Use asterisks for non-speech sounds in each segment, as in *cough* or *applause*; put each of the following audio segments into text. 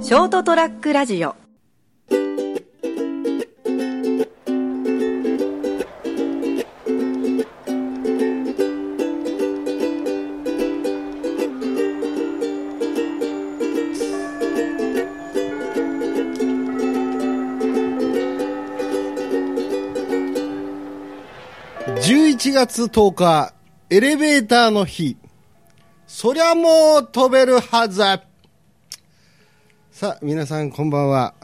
ショートトラックラジオ11月10日、エレベーターの日。そりゃもう飛べるはず。さあ、皆さんこんばんは。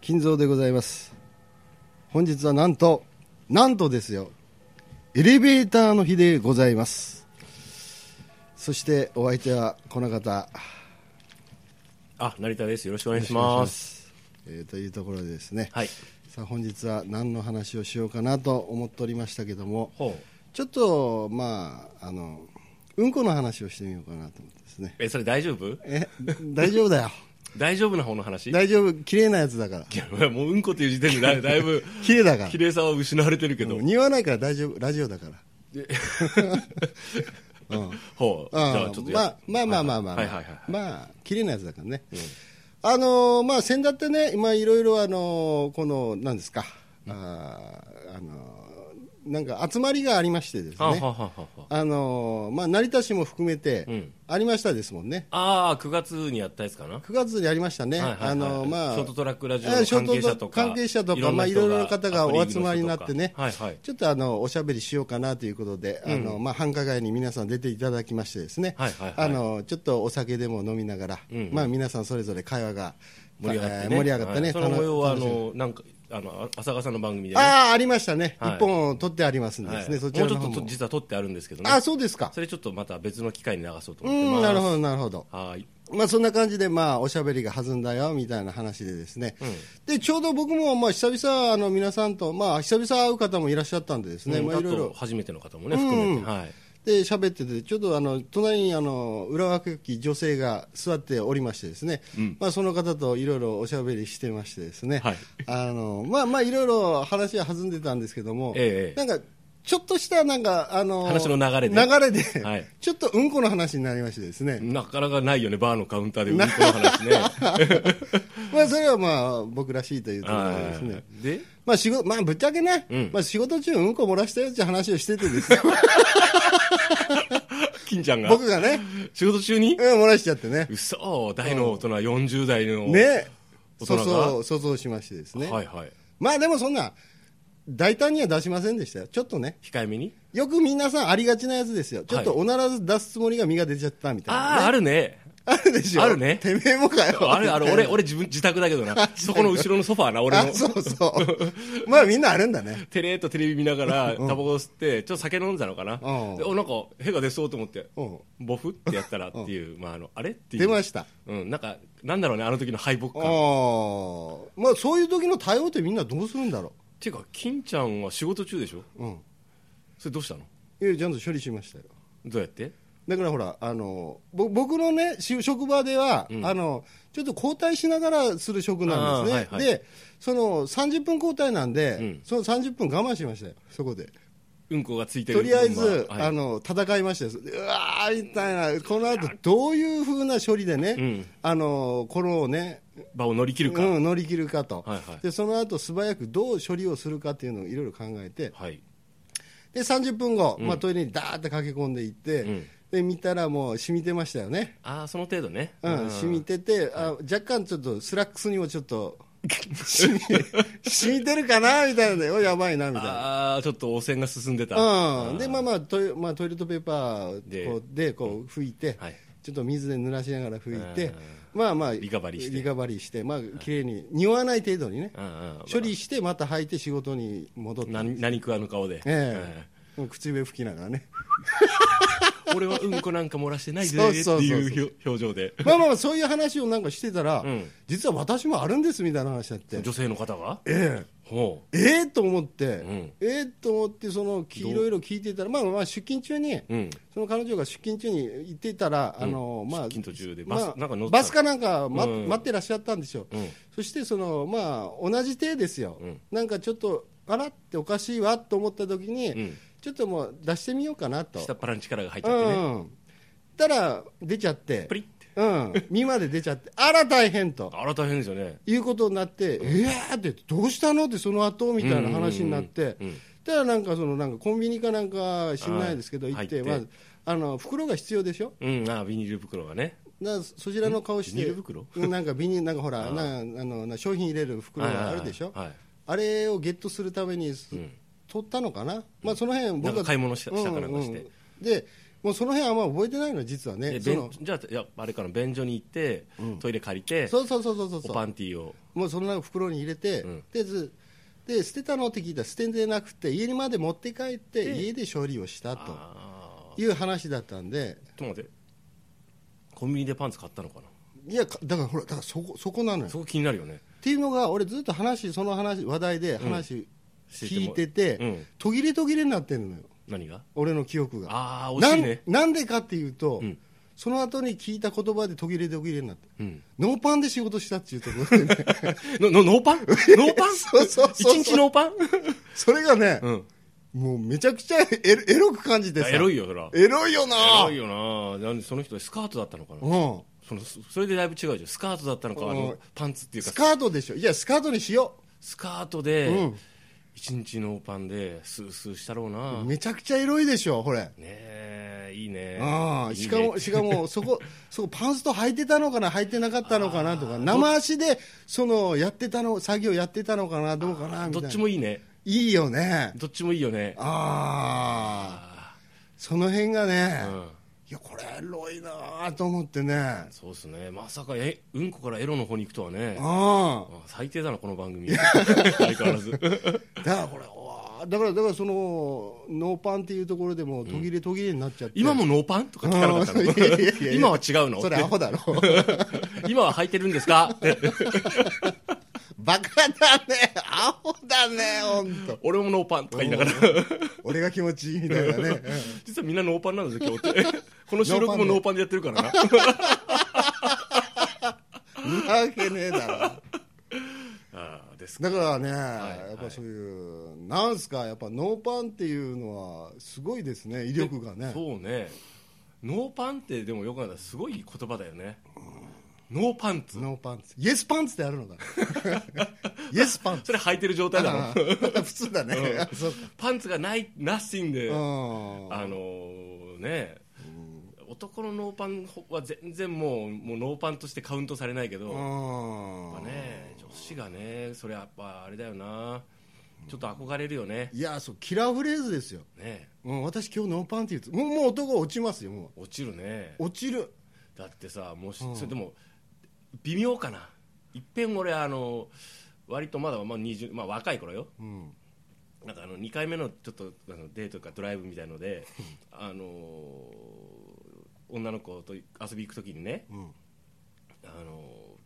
金蔵でございます。本日はなんと、なんとですよ。エレベーターの日でございます。そしてお相手はこの方。あ、成田です。よろしくお願いします。えーというところでですね。はい。さあ、本日は何の話をしようかなと思っておりましたけども。ほう。ちょっとまああのうんこの話をしてみようかなと思ってですねえ、それ大丈夫え大丈夫だよ大丈夫な方の話い大丈夫綺麗なやつだからや、もううんこという時点で *laughs* だだいぶ、綺麗だから綺麗さは失われてるけどうん。匂わないから大丈夫ラジオだからほう。じあゃああちょっとまあやまあまあまあまあまはあいはいはいはい。まあ綺麗なやつだからね、あのーまあ先だってね今いろいろあのーこの何ですか、あーあのーなんか集まりがありましてですはあはあねはあはあ。あのーまあ成田市も含めて、うんありましたですもんねああ、9月にやったやつかな。 9月にありましたね、はいはいはいあのまあ、ショートトラックラジオえのーショー関ト係者とか、関係者とかまあいろいろな方がお集まりになってね、はいはい。ちょっとあのおしゃべりしようかなということで、あのまあ、繁華街に皆さん出ていただきまして、ですね、はいはいはいあのちょっとお酒でも飲みながら、うんうんまあ、皆さんそれぞれ会話が盛り上がっえてね。ー盛り上がってね、はいその模様は、あ楽しの、なんか、あの、あ浅川さんの番組でね。あーありましたね、一はい本取ってありますんではでいすね、もそうちちょらっの方もと実は撮ってあるんですけどね。あそうですか、それちょっとまた別の機会に流そうとう思ってまんす。なるほど、なるほど。はい。まあ、そんな感じで、まあ、おしゃべりが弾んだよみたいな話でですね、でちょうど僕も、まあ、久々あの皆さんと、まあ、久々会う方もいらっしゃったんでですね、うんまあ、いろいあとろ初めての方もね、含めて。はい。で喋っててちょっとあの隣にあの裏若き女性が座っておりましてですね、まあ、その方といろいろおしゃべりしてましてですね、はいあのまあまあいろいろ話は弾んでたんですけども、ええなんかちょっとしたなんかあの話の流れで流れで、はいちょっとうんこの話になりましてですね、なかなかないよね、バーのカウンターでうんこの話 *laughs* ね。まあそれはまあ僕らしいというところでですね。はいで、まあ仕事、まあぶっちゃけね、うんまあ仕事中うんこ漏らしたよって話をしててです *laughs* ね、 *laughs* 金ちゃんが、僕がね、仕事中にう、ん、漏らしちゃってね。嘘大の大人、40代の、ね、大そ人うがそう、そうそうしましてですね。はいはい、まあでもそんな、大胆には出しませんでしたよ。ちょっとね、控えめに、よく皆さんありがちなやつですよ。ちょっとはいおならず出すつもりが身が出ちゃったみたいな、ああ、あるね、あるでしょ。あるねてめえもかよ。あ *laughs* れ、あれ俺、俺自分、自宅だけ *laughs* どな、そこの後ろのソファーな、俺 *laughs* あの、そう *laughs* そう。まあみんなあるんだね。テレーっとテレビ見ながら、タバコ吸って、ちょっと酒飲んだのかな、でうんおなんか、屁が出そうと思って、うんボフってやったらっていう、まあ、あのあれってい出う、ました。うん、なんか、なんだろうね、あの時の敗北あ感。っーまあそういう時の対応ってみんなどうするんだろていうか、金ちゃんは仕事中でしょ、う。うん。それどうしたのいやちゃんと処理しましたよどうやってだからほらあのぼ僕のねし職場では、あのちょっと交代しながらする職なんですね、あーはいはいでその30分交代なんで、うんその30分我慢しましたよそこでうんこがついてるとりあえず、まはいあの戦いましたようわーみたいなこの後どういうふうな処理でね、うんあのこのね場を乗り切るか、うん、乗り切るかと、はいはいでその後素早くどう処理をするかっていうのをいろいろ考えて、はいで30分後、まあ、トイレにダーって駆け込んでいって、うんで見たらもう染みてましたよね、ああその程度ね、うん、染みててあ若干ちょっとスラックスにもちょっと *laughs* 染み染みてるかなみたいなでおやばいなみたいな。ああちょっと汚染が進んでた、うん、でまあまあトイ,、まあ、トイレットペーパーででこうでこう拭いて、はいちょっと水で濡らしながら拭いて、うんまあまあリカバリーしてリカバリーしてまあ綺麗に匂わない程度にね、うんうん処理してまた履いて仕事に戻って、何何食わぬ顔で、ええ口笛吹きながらね *laughs* うん俺はうんこなんか漏らしてないぜそうってそうそうそういう表情でまあまあまあそういう話をなんかしてたら、ん実は私もあるんですみたいな話だって女性の方がえほえええと思って、んええと思ってそのきいろいろ聞いてたらまあまあ出勤中に、ううんその彼女が出勤中に行ってたら、あのまあ出勤途中でバスまあなんか乗ってたバスかなんか待,、うん待ってらっしゃったんでしょう、うんそしてそのまあ同じ手ですよ、うんなんかちょっとあらっておかしいわと思った時に、うんちょっともう出してみようかなと下っ腹に力が入っちゃってねうん、たら出ちゃってプリッてううん、身まで出ちゃって、あら大変と。あら大変ですよね。いうことになって、えーって、どうしたのって、その後みたいな話になってうんうんうんうん、ただなんか、そのなんかコンビニかなんか知らないですけど、はい行って、入まってず、あの袋が必要でしょ、うん、あビニール袋がね。だからそちらの顔して、ビニール袋うんなんかビニール、なんかほら、あーなんかあのな商品入れる袋があるでしょ、はいはいはいあれをゲットするために、すうん取ったのかな、まあ、その辺僕なんはか買い物したしたかなんかしてでもうその辺はあんま覚えてないの、実ははい。ね、でそ便のじゃあ、いやあれから便所に行って、トイレ借りて、そうそうそうそうそうおパンティーを。もうその中袋に入れて、うんでずで捨てたのって聞いたら捨ててなくて家にまで持って帰ってで家で処理をしたとあいう話だったんでーちょっと待って。コンビニでパンツ買ったのかいやかだからほらだからそこそこなのなよすごく気になるよね。っていうのが俺ずっと話その話話題で話聞いてて、うん途切れ途切れになってるのよ何が俺の記憶がああ、惜しいね。なんなんでかっていうと、うんその後に聞いた言葉で途切れ途切れになって、うん。ノーパンで仕事したっていうところ *laughs* でねののノーパン *laughs* ノーパンそうそうそうそう一日ノーパンそれがね、うん。もうめちゃくちゃエロエロく感じていやさエロいよ、そら。エロいよなエロいよな。なんでその人スカートだったのかなうんそのそそれでだいぶ違うじゃん。スカートだったのか、あうのん、パンツっていうかス、カートでしょいやスカートにしよスカートうでん、一日ノーパンで、スースーしたろううな。ねめちゃくちゃエロいでしょこれえ、いいね。あいいねしかも、しか *laughs* も、そこ、そこパンスト履いてたのかな、履いてなかったのかなとか、生足で、その、やってたの、作業やってたのかな、どうかな、みたどいな。っちもいいね。いいよね。どっちもいいよね。ああ、あその辺がねあ、うん。いや、これ、エロいなーと思ってね。あそうですね。まさか、え、うんこからエロの方に行くとはね。ああ最低だな、この番組。相変わらず。 *laughs* ー。だから、これ、わーだから、だから、その、ノーパンっていうところでも、途切れ途切れになっちゃって。今もノーパンとか聞かなかった *laughs* のうんいやいやいや今は違うの *laughs* それ、アホだろ。今は履いてるんですかってバカだね、アホだね、ほんと。俺もノーパンとか言いながら。俺が気持ちいいみたいなね。実はみんなノーパンなんですよ、今日って。この収録ノもノーーパンでやってるからな。うんなわけねえだろ。あーですかだからね、いやっぱそういう、なんすか、やっぱノーパンっていうのは、すごいですね、威力がね。そうね。ノーパンってでもよくないすごい言葉だよね。ノーパンツ。ノーパンツ。イエスパンツってある *laughs* のか。イエスパンツ。それ履いてる状態だもん。普通だね。うそうパンツがない、ナッシンで。か。あのね、男のノーパンは全然もうもうノーパンとしてカウントされないけど、やっうん。ぱね、女子がね、それやっぱあれだよな、ちょっと憧れるよね、いや、そう、キラーフレーズですよ。ねうん、私今日ノーパンって言うと、もう、もう男落ちますよ、も落ちるね、う。落ちる。だってさ、もし、うんそれでも、微妙かな、いっぺん俺、あの割とまだ、まあ20まあ、若い頃よ、うん。なんかあの2回目のちょっとあのデートかドライブみたいので、あの女の子と遊び行くときにね、うん。あの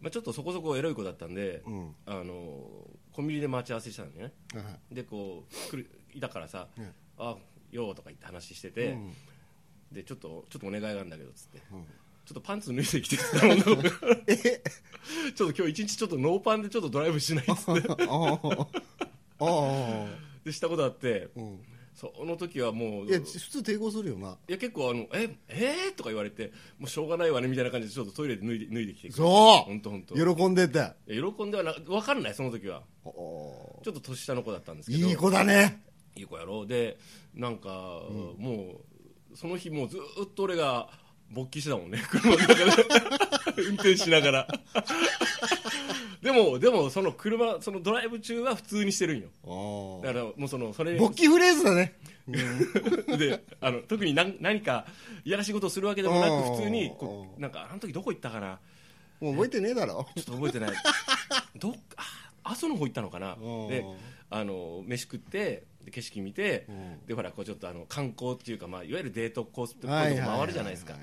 まあ、ちょっとそこそこエロい子だったんで、うん。あのコンビニで待ち合わせしたんだよねはいでこう来るいたからさ「うんあよう」とか言って話してて、うんでちょっと「ちょっとお願いがあるんだけど」っつって。うんちょっとパンツ脱いできてっつったもんちょっと今日一 *laughs* 日ちょっとノーパンでちょっとドライブしないっつってああ。ああ。でしたことあってうん。その時はもういや、普通抵抗するよな。いや結構あの「ええーとか言われてもうしょうがないわねみたいな感じでちょっとトイレで脱いで脱いできてそう本当本当喜んでて。喜んではな分かんないその時はおちょっと年下の子だったんですけどいい子だね。いい子やろでなんか、もうその日もうずーっと俺が勃起してたもんね *laughs* 車の中で運転しながら *laughs* でもでもその車そのドライブ中は普通にしてるんよだからもうそのそれ勃起フレーズだね。であの特に何何かいやらしいことをするわけでもなうんく普通にこうなんかあの時どこ行ったかなもう覚えてねえだろ。ちょっと覚 *laughs* えてないどっかあ阿蘇の方行ったのかなうんであの飯食ってで景色見てうんでほらこうちょっとあの観光っていうか、まあ、いわゆるデートコースってこうはいいうはいとはいこはい回るじゃないですか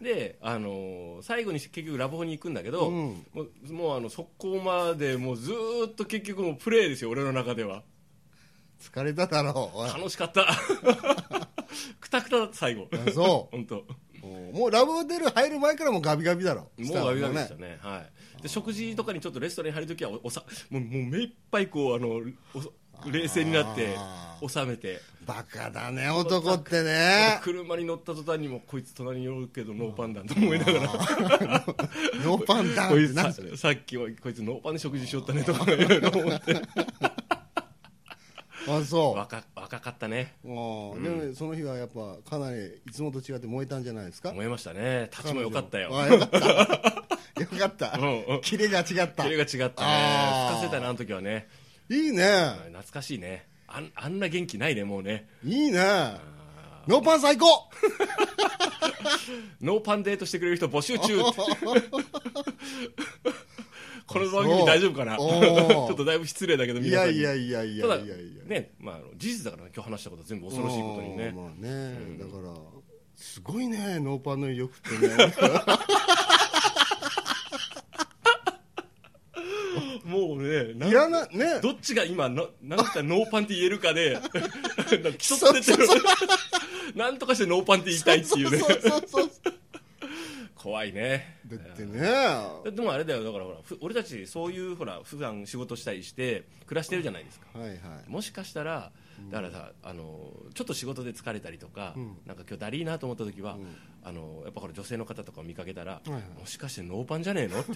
であの最後に結局ラブホに行くんだけど、うんもうもうあの速攻までもうずーっと結局もうプレーですよ俺の中では疲れただろ。おい楽しかった *laughs* くたくただった最後あそ本当。う。もうラブホテル入る前からもうガビガビだろ。もうガビガビでしたね。ねはい、で食事とかにちょっとレストランに入るときはおおさもうもう目いっぱいこうあのお冷静になってあ収めてバカだね男ってね車に乗った途端にもこいつ隣に寄るけどノーパンだと思いながらノーパンダウこンいっつてなささっきはこいつノーパンで食事しよったね *laughs* とかいろいろ思ってあそ若若かったねううんでもその日はやっぱかなりいつもと違って燃えたんじゃないですか思いましたね立ちも良かったよあよか *laughs* ったよかったうんうんキレが違ったキレが違ったねあー吹かせたなあの時はねいいね懐かしいねあんあんな元気ないねもうねいいねノーパン最 *laughs* 高ノーパンデートしてくれる人募集中 *laughs* ってこの番組大丈夫かな *laughs* ちおーょっとだいぶ失礼だけどい皆さやんにいやいやいやたいやだいやいやねまああの事実だからね今日話したことは全部恐ろしいことにねまあね、だからすごいねノーパンの威力ってねもうねなんいらなね *laughs* どっちが今のなんかノーパンって言えるかで *laughs* なんか競っててる *laughs* なんとかしてノーパンって言いたいっていうねそうそうそうそう怖いねだってねででもあれだよだからほらふ俺たちそういうほら普段仕事したりして暮らしてるじゃないですかはいはいもしかしたらだからさあのちょっと仕事で疲れたりとか、なんか今日だりーなと思った時は、あのやっぱこれ女性の方とかを見かけたら、いはいもしかしてノーパンじゃねえのって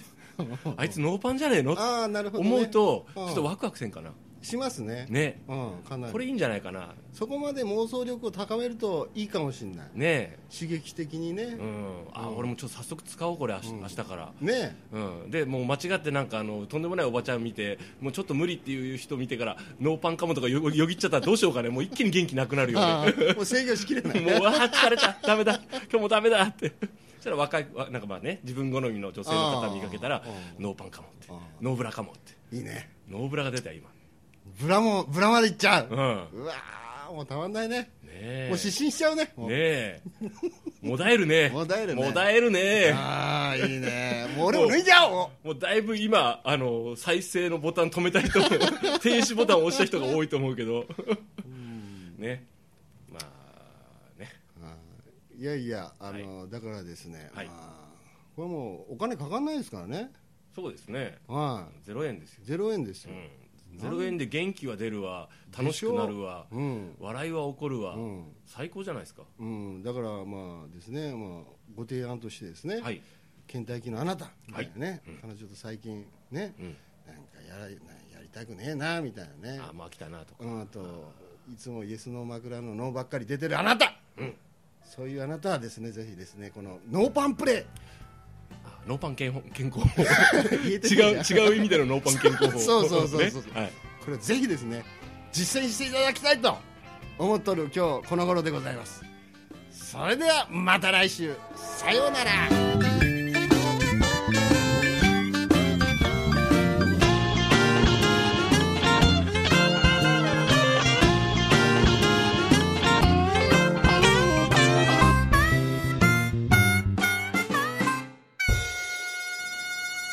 *laughs* あいつノーパンじゃねえのってああなるほど、ね、思うと、うんちょっとワクワクせんかなしますねねうんかなりこれいいんじゃないかなそこまで妄想力を高めるといいかもしれないね刺激的にねえ、うん、あ俺もちょっと早速使おうこれ明日,、明日から。 *laughs* ねうん、でもう間違ってなんかあのとんでもないおばちゃん見てもうちょっと無理っていう人見てからノーパンかもとかよよぎっちゃったらどうしようかねもう一気に元気なくなるよねああもう制御しきれないもうわあ疲れた、ダメだ、今日もダメだって。そしたら若いわなんかまあね自分好みの女性の方見かけたらあーノーパンかもってあーノーブラかもっていいねノーブラが出たよ今ブラもブラまでいっちゃう、ううんわーもうたまんないねねえもう失神しちゃうねもうねえもだえるねもだえるねもだえるねああいいねもう俺も脱いじゃおうもうだいぶ今あの再生のボタン止め *laughs* た人も停止ボタンを押した人が多いと思うけどねまあねいやいやあの、だからですね、はいまあこれもうお金かかんないですからねそうですねはゼロ円ですよいゼロ円ですよ、うんゼロ円で元気は出るわ楽しくなるわうん笑いは起こるわ、うん最高じゃないですかうん、だからまあですね、まあ、ご提案としてですね、はい倦怠期のあなたみたいなね、彼女と最近ね、なんかやらなんやりたくねえなみたいなねああもう飽きたなとか、うんあといつもイエスノー枕のノーばっかり出てるあなた、そういうあなたはですねぜひですねこのノーパンプレあノーパン健康健康ー *laughs* 言えて違るう違う意味でのノーパン健康法 *laughs* そうそうそうそうねはい、これぜひですね実践していただきたいと思っとる今日この頃でございますそれではまた来週さようなら